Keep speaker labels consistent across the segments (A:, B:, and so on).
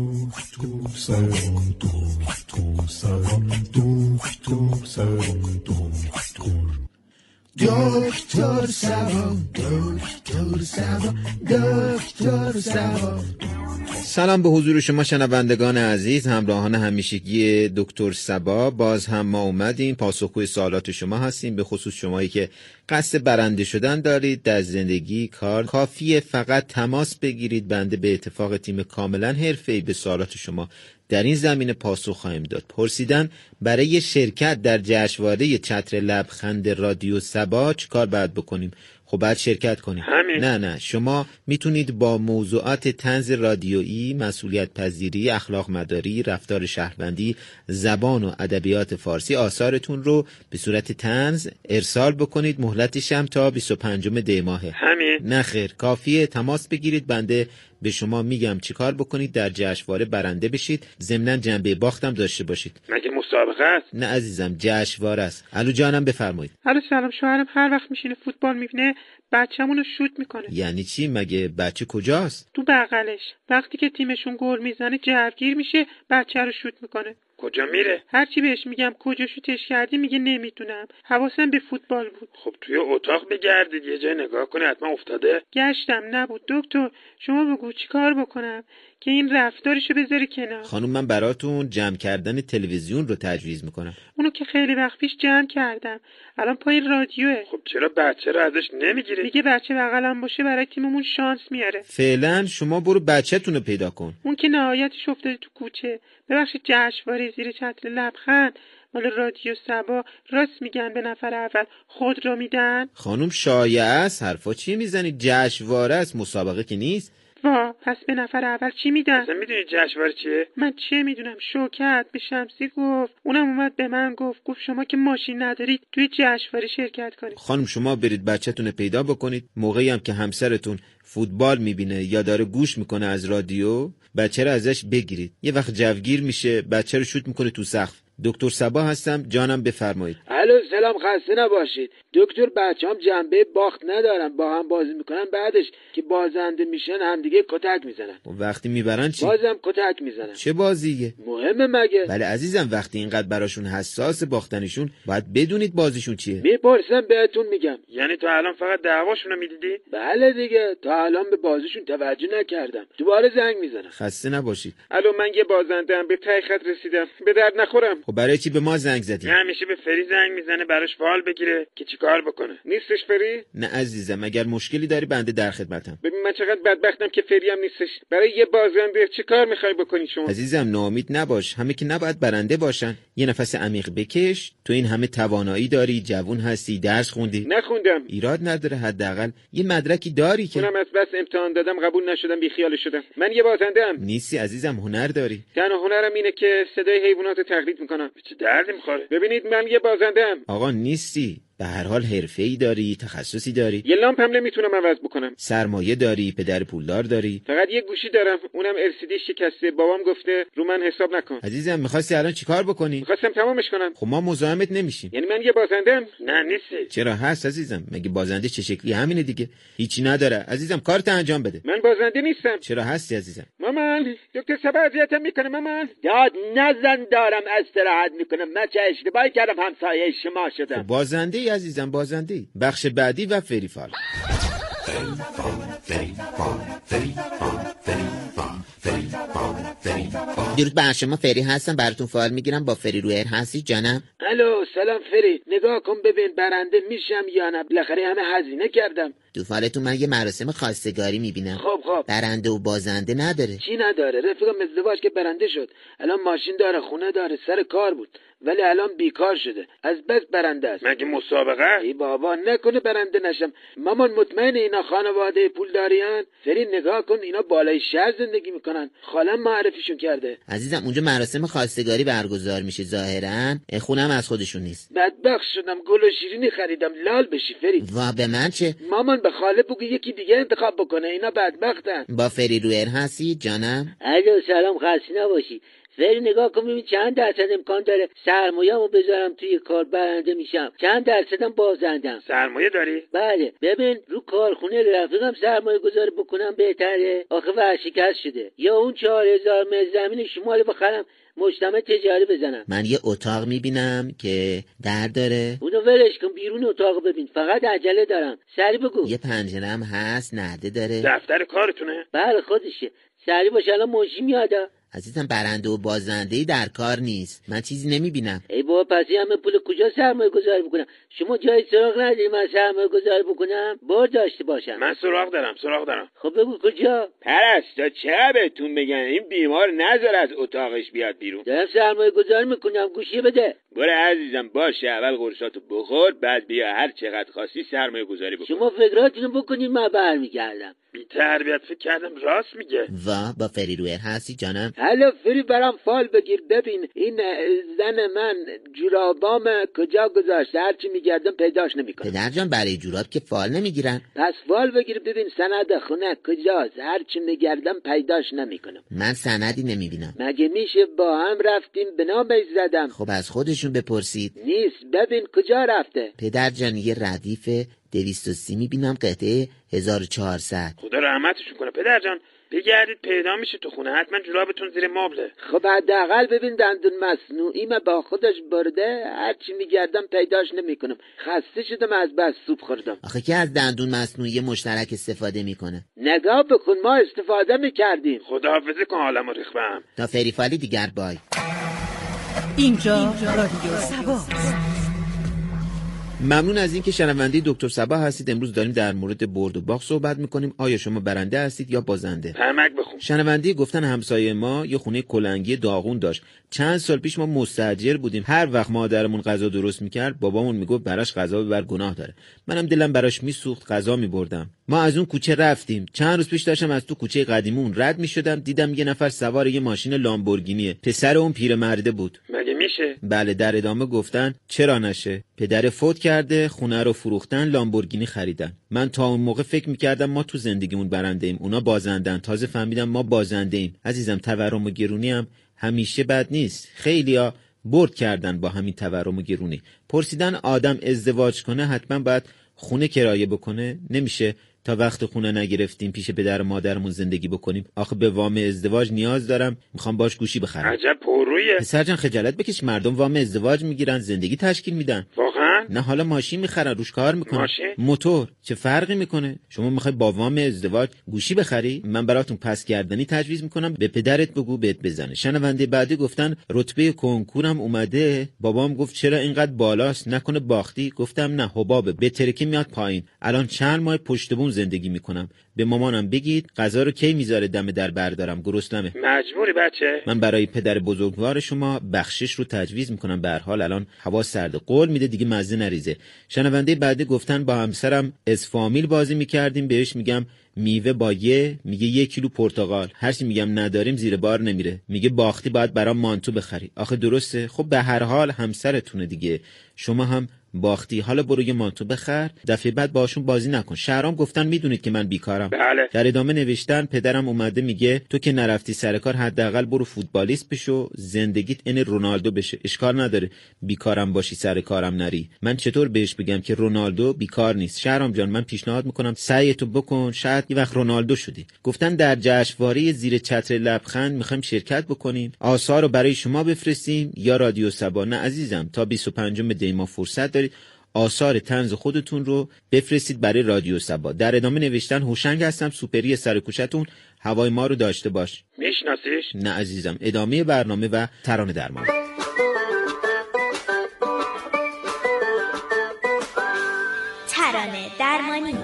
A: دوست سرم دوست سرم دوست سرم دوست دکتر سوام دکتر سوام دکتر سوام
B: سلام به حضور شما شنوندگان عزیز همراهان همیشگی دکتر سبا باز هم ما اومدیم پاسخگوی سوالات شما هستیم به خصوص شمایی که قصد برنده شدن دارید در زندگی کار کافیه فقط تماس بگیرید بنده به اتفاق تیم کاملا حرفه‌ای به سوالات شما در این زمینه پاسخ خواهیم داد پرسیدن برای شرکت در جشنواره چتر لبخند رادیو سبا چیکار باید بکنیم خب باید شرکت کنیم
C: همین.
B: نه نه شما میتونید با موضوعات تنز رادیویی مسئولیت پذیری اخلاق مداری رفتار شهروندی زبان و ادبیات فارسی آثارتون رو به صورت تنز ارسال بکنید مهلتش هم تا 25 دی ماهه
C: همین
B: نه خیر کافیه تماس بگیرید بنده به شما میگم چیکار بکنید در جشنواره برنده بشید ضمنا جنبه باختم داشته باشید
C: مگه مسابقه است
B: نه عزیزم جشنواره است الو جانم بفرمایید
D: الو سلام شوهرم هر وقت میشینه فوتبال میبینه بچه‌مون رو شوت میکنه
B: یعنی چی مگه بچه کجاست
D: تو بغلش وقتی که تیمشون گل میزنه جرفگیر میشه بچه رو شوت میکنه
C: کجا میره
D: هرچی بهش میگم کجا شوتش کردی میگه نمیدونم حواسم به فوتبال بود
C: خب توی اتاق بگردید یه جای نگاه کنه حتما افتاده
D: گشتم نبود دکتر شما بگو چی کار بکنم که این رفتارشو بذاره کنار
B: خانم من براتون جمع کردن تلویزیون رو تجویز میکنم
D: اونو که خیلی وقت پیش جمع کردم الان پای رادیوه
C: خب چرا بچه رو ازش نمیگیری
D: میگه بچه بغلم باشه برای تیممون شانس میاره
B: فعلا شما برو بچهتون رو پیدا کن
D: اون که نهایتش افتاده تو کوچه ببخشید جشنواره زیر چتر لبخند مال رادیو سبا راست میگن به نفر اول خود را میدن
B: خانم شایعه است حرفا چی میزنید جشنواره است مسابقه که نیست
D: وا پس به نفر اول چی میدن
C: اصلا میدونی جشنواره چیه
D: من چه میدونم شوکت به شمسی گفت اونم اومد به من گفت گفت شما که ماشین ندارید توی جشنواره شرکت کنید
B: خانم شما برید بچهتون رو پیدا بکنید موقعی هم که همسرتون فوتبال میبینه یا داره گوش میکنه از رادیو بچه رو ازش بگیرید یه وقت جوگیر میشه بچه رو شوت میکنه تو سقف دکتر سبا هستم جانم بفرمایید
E: الو سلام خسته نباشید دکتر بچه‌ام جنبه باخت ندارن با هم بازی میکنن بعدش که بازنده میشن همدیگه کتک میزنن
B: و وقتی میبرن چی
E: بازم کتک میزنن
B: چه بازیه
E: مهمه مگه
B: بله عزیزم وقتی اینقدر براشون حساس باختنشون باید بدونید بازیشون چیه
E: میپرسم بهتون میگم
C: یعنی تا الان فقط دعواشون رو میدیدی
E: بله دیگه تا الان به بازیشون توجه نکردم دوباره زنگ میزنم
B: خسته نباشید
C: الو من یه بازنده به ته خط رسیدم به درد نخورم
B: خب برای چی به ما زنگ زدی
C: یه همیشه به فری زنگ میزنه براش فال بگیره که چیکار بکنه نیستش فری
B: نه عزیزم اگر مشکلی داری بنده در خدمتم
C: ببین من چقدر بدبختم که فری هم نیستش برای یه بازنده چیکار میخوای بکنی شما
B: عزیزم ناامید نباش همه که نباید برنده باشن یه نفس عمیق بکش تو این همه توانایی داری جوون هستی درس خوندی
C: نخوندم
B: ایراد نداره حداقل یه مدرکی داری که
C: اونم از بس امتحان دادم قبول نشدم بیخیال شدم من یه بازنده ام
B: نیستی عزیزم هنر داری
C: تنها هنرم اینه که صدای حیوانات رو تقلید میکنم چه دردی میخوره ببینید من یه بازنده ام
B: آقا نیستی به هر حال حرفه ای داری تخصصی داری
C: یه لامپ هم نمیتونم عوض بکنم
B: سرمایه داری پدر پولدار داری
C: فقط یه گوشی دارم اونم LCD شکسته بابام گفته رو من حساب نکن
B: عزیزم میخواستی الان چیکار بکنی
C: میخواستم تمامش کنم
B: خب ما مزاحمت نمیشیم
C: یعنی من یه بازندم نه نیستی
B: چرا هست عزیزم مگه بازنده چه شکلی همینه دیگه هیچی نداره عزیزم کارت انجام بده
C: من بازنده نیستم
B: چرا هستی عزیزم
C: مامان دکتر سبا اذیتم میکنه مامان
E: داد نزن دارم استراحت میکنم من چه اشتباهی کردم همسایه شما
B: خب
E: شدم
B: بازنده ای عزیزم بازنده ای. بخش بعدی و فریفال درود بر شما فری هستم براتون فعال میگیرم با فری رویر هستی جانم
E: الو سلام فری نگاه کن ببین برنده میشم یا نه بالاخره همه هزینه کردم
B: تو فالتون من یه مراسم خواستگاری میبینم
E: خب خب
B: برنده و بازنده نداره
E: چی نداره رفیقم ازدواج که برنده شد الان ماشین داره خونه داره سر کار بود ولی الان بیکار شده از بس برنده است
C: مگه مسابقه است؟
E: ای بابا نکنه برنده نشم مامان مطمئن اینا خانواده پولداریان فری نگاه کن اینا بالای شهر زندگی میکنن خالم معرفیشون کرده
B: عزیزم اونجا مراسم خواستگاری برگزار میشه ظاهرا خونم از خودشون نیست
E: بدبخت شدم گل و شیرینی خریدم لال بشی فری
B: وا به من چه
E: مامان به خاله بگو یکی دیگه انتخاب بکنه اینا بدبختن
B: با فری رویر هستی جانم
E: الو سلام خسته نباشی فری نگاه کن ببین چند درصد امکان داره سرمایه‌مو بذارم توی کار برنده میشم چند درصدم بازندم
C: سرمایه داری خب،
E: بله ببین رو کارخونه رفیقم سرمایه گذاری بکنم بهتره آخه ورشکست شده یا اون چهار هزار متر زمین شمال بخرم مجتمع تجاری بزنم
B: من یه اتاق میبینم که در داره
E: اونو ولش کن بیرون اتاق ببین فقط عجله دارم سری بگو
B: یه پنجره هم هست نرده داره
C: دفتر کارتونه
E: بله خودشه سری باش الان منشی میاد
B: عزیزم برنده و بازنده در کار نیست من چیزی نمیبینم
E: ای بابا پس این همه پول کجا سرمایه گذاری بکنم شما جای سراغ نداری من سرمایه گذاری بکنم بار داشته باشم
C: من سراغ دارم سراغ دارم
E: خب بگو کجا
C: پرست تا چه بهتون بگن این بیمار نظر از اتاقش بیاد بیرون
E: دارم سرمایه گذاری میکنم گوشی بده
C: برو عزیزم باشه اول قرصاتو بخور بعد بیا هر چقدر خواستی سرمایه گذاری بکن
E: شما فکراتونو بکنید من برمیگردم
C: بی تربیت فکر کردم راست میگه
B: و با فریرویر هستی جانم
E: حالا فری برام فال بگیر ببین این زن من جورابام کجا گذاشته هرچی میگردم پیداش نمیکنم
B: پدر جان برای جوراب که فال نمیگیرن
E: پس فال بگیر ببین سند خونه کجاست هرچی میگردم پیداش نمیکنم
B: من سندی نمیبینم
E: مگه میشه با هم رفتیم به نامش زدم
B: خب از خودشون بپرسید
E: نیست ببین کجا رفته
B: پدر جان یه ردیف 230 میبینم قطعه 1400
C: خدا رحمتشون کنه پدر جان بگردید پیدا میشه تو خونه حتما جورابتون زیر مبله
E: خب حداقل ببین دندون مصنوعی من با خودش برده هرچی میگردم پیداش نمیکنم خسته شدم از بس سوپ خوردم
B: آخه که از دندون مصنوعی مشترک استفاده میکنه
E: نگاه بکن ما استفاده میکردیم
C: خداحافظی کن عالم و ریخبم
B: تا فریفالی دیگر بای
F: اینجا رادیو سبا
B: ممنون از اینکه شنونده دکتر سبا هستید امروز داریم در مورد برد و باخت صحبت میکنیم آیا شما برنده هستید یا بازنده
C: پرمک بخون
B: شنونده گفتن همسایه ما یه خونه کلنگی داغون داشت چند سال پیش ما مستجر بودیم هر وقت مادرمون غذا درست میکرد بابامون میگفت براش غذا ببر گناه داره منم دلم براش میسوخت غذا میبردم ما از اون کوچه رفتیم چند روز پیش داشتم از تو کوچه قدیمون رد میشدم دیدم یه نفر سوار یه ماشین لامبورگینیه پسر اون پیرمرده بود
C: مگه میشه
B: بله در ادامه گفتن چرا نشه پدر فوت کرده خونه رو فروختن لامبورگینی خریدن من تا اون موقع فکر میکردم ما تو زندگیمون برنده ایم اونا بازندن تازه فهمیدم ما بازنده ایم عزیزم تورم و گرونی هم همیشه بد نیست خیلیا برد کردن با همین تورم و گرونی پرسیدن آدم ازدواج کنه حتما باید خونه کرایه بکنه نمیشه تا وقت خونه نگرفتیم پیش پدر و مادرمون زندگی بکنیم آخه به وام ازدواج نیاز دارم میخوام باش گوشی بخرم
C: عجب پرویه
B: پسر جان خجالت بکش مردم وام ازدواج میگیرن زندگی تشکیل میدن
C: واقعا
B: نه حالا ماشین میخرن روش کار میکنن
C: ماشین؟
B: موتور چه فرقی میکنه شما میخوای با وام ازدواج گوشی بخری من براتون پس گردنی تجویز میکنم به پدرت بگو بهت بزنه شنونده بعدی گفتن رتبه کنکورم اومده بابام گفت چرا اینقدر بالاست نکنه باختی گفتم نه حبابه به ترکی میاد پایین الان چند ماه پشت بوم زندگی میکنم به مامانم بگید غذا رو کی میذاره دم در بردارم گرسنمه
C: مجبوری بچه
B: من برای پدر بزرگوار شما بخشش رو تجویز میکنم به هر حال الان هوا سرده قول میده دیگه مزه نریزه شنونده بعدی گفتن با همسرم اسفامیل بازی میکردیم بهش میگم میوه با یه میگه یه کیلو پرتقال هرچی میگم نداریم زیر بار نمیره میگه باختی باید برام مانتو بخری آخه درسته خب به هر حال همسرتونه دیگه شما هم باختی حالا برو یه مانتو بخر دفعه بعد باشون بازی نکن شهرام گفتن میدونید که من بیکارم
C: بله
B: در ادامه نوشتن پدرم اومده میگه تو که نرفتی سر کار حداقل برو فوتبالیست بشو زندگیت عین رونالدو بشه اشکار نداره بیکارم باشی سر کارم نری من چطور بهش بگم که رونالدو بیکار نیست شهرام جان من پیشنهاد میکنم سعی تو بکن شاید یه وقت رونالدو شدی گفتن در جشنواره زیر چتر لبخند میخوایم شرکت بکنیم آثار رو برای شما بفرستیم یا رادیو سبا نه عزیزم تا 25 دی ما فرصت دارید آثار تنز خودتون رو بفرستید برای رادیو سبا در ادامه نوشتن هوشنگ هستم سوپری سرکوشتون هوای ما رو داشته باش
C: میشناسیش
B: نه عزیزم ادامه برنامه و ترانه درمان
G: ترانه درمانی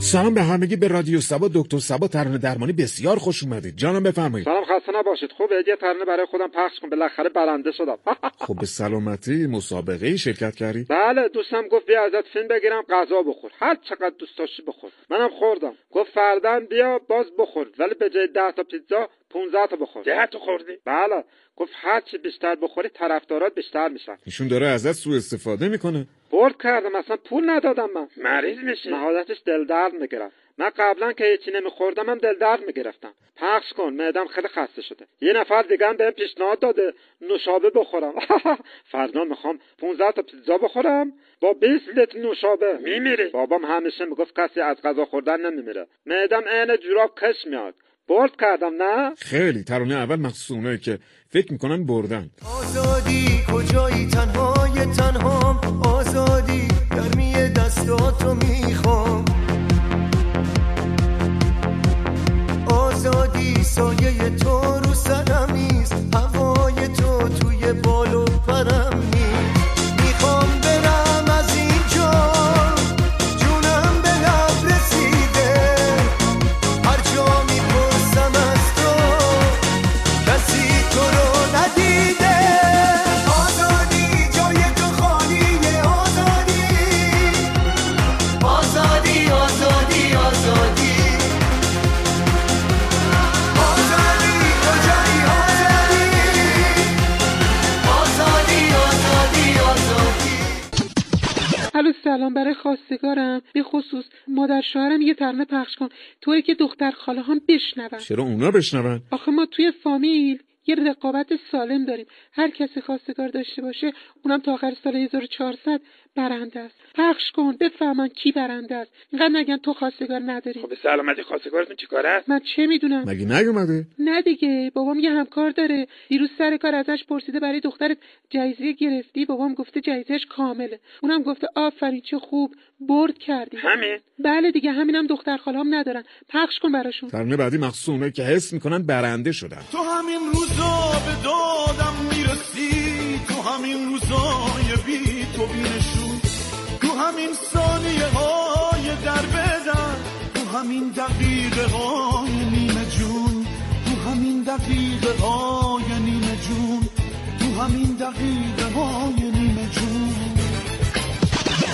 A: سلام به همگی به رادیو سبا دکتر سبا ترانه درمانی بسیار خوش اومدید جانم بفرمایید
C: سلام خسته نباشید خوب یه ترانه برای خودم پخش کن بالاخره برنده شدم
A: خب به سلامتی مسابقه ای شرکت کردی
C: بله دوستم گفت بیا ازت فیلم بگیرم غذا بخور هر چقدر دوست داشتی بخور منم خوردم گفت فردا بیا باز بخور ولی به جای ده تا پیتزا 15 تا بخور
E: ده تا خوردی؟
C: بله گفت هر چی بیشتر بخوری طرفدارات بیشتر میشن
A: ایشون داره ازت سوء استفاده میکنه
C: برد کردم اصلا پول ندادم من مریض میشه نهایتش دل درد میگرفت من قبلا که هیچی نمیخوردم هم دل درد میگرفتم پخش کن معدم خیلی خسته شده یه نفر دیگه هم بهم پیشنهاد داده نوشابه بخورم فردا میخوام 15 تا پیتزا بخورم با 20 لیتر نوشابه میمیری بابام همیشه میگفت کسی از غذا خوردن نمیمیره معدم عین جوراب کش میاد برد کردم نه
A: خیلی ترانه اول مخصوص اونایی که فکر میکنن بردن
H: آزادی کجایی تنهای تنهام آزادی گرمی دستات رو میخوام آزادی سایه تو رو سرم نیست هوای تو توی بال و پرم نیست میخوام برم از اینجا جونم به لب رسیده هر جا میپرسم از تو کسی تو رو ندیده آزادی جای تو خالیه آزادی آزادی آزادی آزادی آزادی کجایی آزادی آزادی آزادی آزادی
D: الو سلام برای خواستگارم به خصوص مادر شوهرم یه ترنه پخش کن طوری که دختر خاله هم بشنون
A: چرا اونا بشنون
D: آخه ما توی فامیل یه رقابت سالم داریم هر کسی خواستگار داشته باشه اونم تا آخر سال 1400 برنده است پخش کن بفهمن کی برنده است اینقدر نگن تو خواستگار نداری
C: به خب، سلامتی خواستگارتون چیکار است
D: من چه میدونم
A: مگه نیومده
D: نه دیگه بابام یه همکار داره دیروز سر کار ازش پرسیده برای دخترت جایزه گرفتی بابام گفته جایزهش کامله اونم گفته آفرین چه خوب برد کردی
C: همین
D: بله دیگه همینم دختر خالام ندارن پخش کن براشون
A: ترانه بعدی مخصوص اونایی که حس میکنن برنده شدن
H: تو همین روزا به دادم میرسی تو همین روزای بی تو بینشون تو همین ثانیه های در بدن تو همین دقیقه های نیمه جون تو همین دقیقه های نیمه جون تو همین دقیقه های نیمه جون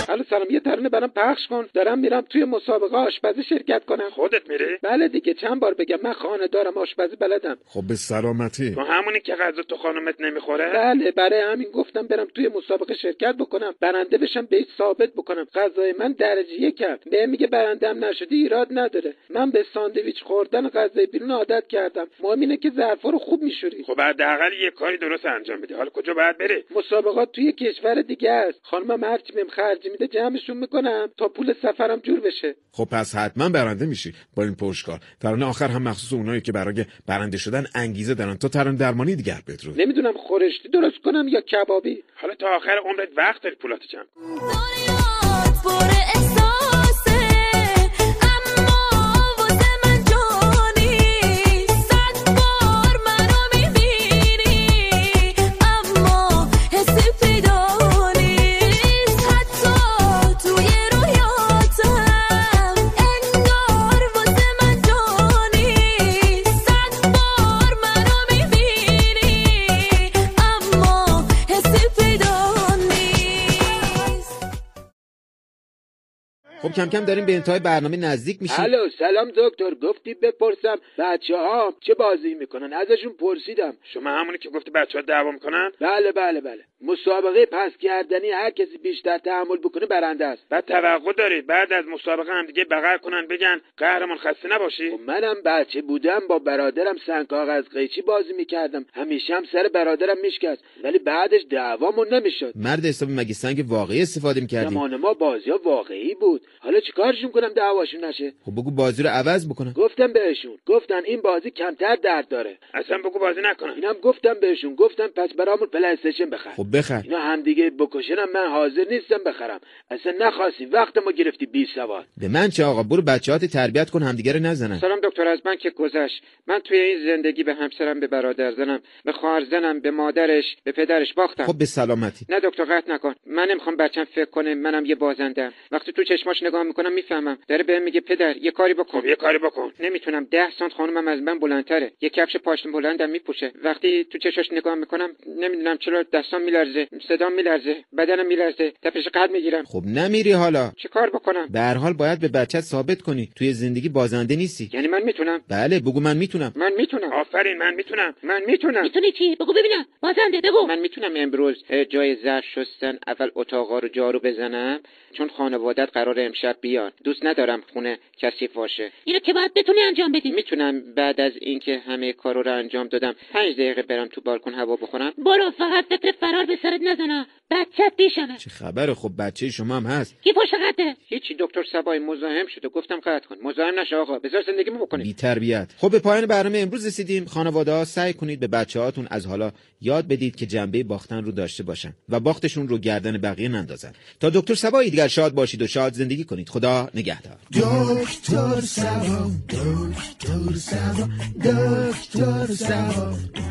C: الو سلام یه ترانه برام پخش کن دارم میرم توی مسابقه آشپزی شرکت کنم خودت میری بله دیگه چند بار بگم من خانه دارم آشپزی بلدم
A: خب به سلامتی
C: همونی که غذا تو خانومت نمیخوره
D: بله برای همین گفتم برم توی مسابقه شرکت بکنم برنده بشم بهش ثابت بکنم غذای من درجه یکم به میگه برندم نشدی ایراد نداره من به ساندویچ خوردن غذای بیرون عادت کردم مهم اینه که ظرفا رو خوب میشوری
C: خب حداقل یه کاری درست انجام بده حالا کجا باید بری
D: مسابقات توی کشور دیگه است خانمم هرچی بهم خرج میده جمعشون میکنم تا پول سفرم جور بشه
A: خب پس حتما برنده میشی با این پشتکار ترانه آخر هم مخصوص اونایی که برای برنده شدن انگیزه دارن تو ترانه درمانی دیگر بدرود
D: نمیدونم خورشتی درست کنم یا کبابی
C: حالا تا آخر عمرت وقت داری پولاتو جمع کن.
I: دنیات پر احساسه اما واسه من جانی صد بار منو میبینی اما حسی پیدا نیست حتی توی رویاتم انگار واسه من جانی صد بار منو میبینی اما حسی پیدا نیست
B: خب کم کم داریم به انتهای برنامه نزدیک میشیم
C: الو سلام دکتر گفتی بپرسم بچه ها چه بازی میکنن ازشون پرسیدم شما همونی که گفتی بچه ها دعوا میکنن بله بله بله مسابقه پس گردنی هر کسی بیشتر تحمل بکنه برنده است بعد توقع داری بعد از مسابقه هم دیگه بغل کنن بگن قهرمان خسته نباشی خب منم بچه بودم با برادرم سنگ کاغذ قیچی بازی میکردم همیشه هم سر برادرم میشکست ولی بعدش دعوامون نمیشد
B: مرد حسابی مگه سنگ واقعی استفاده میکردیم
C: زمان ما بازی ها واقعی بود حالا چیکارشون کنم دعواشون نشه
B: خب بگو بازی رو عوض بکنن
C: گفتم بهشون گفتن این بازی کمتر درد داره اصلا بگو بازی نکنن اینم گفتم بهشون گفتم پس برامون پلی استیشن بخر
B: خب بخر
C: اینا همدیگه بکشنم من حاضر نیستم بخرم اصلا نخواستی وقت ما گرفتی بی سواد
B: به من چه آقا برو بچه‌هات تربیت کن همدیگه رو نزنن
C: سلام دکتر از من که گذشت من توی این زندگی به همسرم به برادر زنم به خواهر زنم به مادرش به پدرش باختم
B: خب به سلامتی
C: نه دکتر قطع نکن من نمیخوام بچم فکر کنه منم یه بازندم وقتی تو چشماش نگاه میکنم میفهمم داره بهم میگه پدر یه کاری بکن خب، یه کاری بکن نمیتونم ده سانت خانمم از من بلندتره یه کفش پاشنه بلندم میپوشه وقتی تو چشاش نگاه میکنم نمیدونم چرا دستام میلرزه
J: میلرزه صدام میلرزه بدنم میلرزه تپش قد میگیرم
B: خب نمیری حالا
J: چه کار بکنم
B: به هر حال باید به بچت ثابت کنی توی زندگی بازنده نیستی
J: یعنی من میتونم
B: بله بگو من میتونم
J: من میتونم آفرین من میتونم من میتونم
D: میتونی چی بگو ببینم بازنده بگو
J: من میتونم امروز اه، جای ظرف شستن اول اتاقا رو جارو بزنم چون خانوادت قرار امشب بیان دوست ندارم خونه کثیف باشه
D: اینو که باید بتونی انجام بدی
J: میتونم بعد از اینکه همه کارو رو انجام دادم پنج دقیقه برم تو بالکن هوا بخورم
D: برو فقط فکر فرار به سرت نزنم بچت پیشمه
B: چه خبره خب بچه شما هم هست
D: کی پشت قده
J: هیچی دکتر سبای مزاحم شده گفتم قطع کن مزاحم نشه آقا بذار زندگیمو بکنیم
B: بی تربیت خب به پایان برنامه امروز رسیدیم خانواده ها سعی کنید به بچه هاتون از حالا یاد بدید که جنبه باختن رو داشته باشن و باختشون رو گردن بقیه نندازن تا دکتر سبایی دیگر شاد باشید و شاد زندگی کنید خدا نگهدار
F: دکتر سبا دکتر سبا دکتر سبا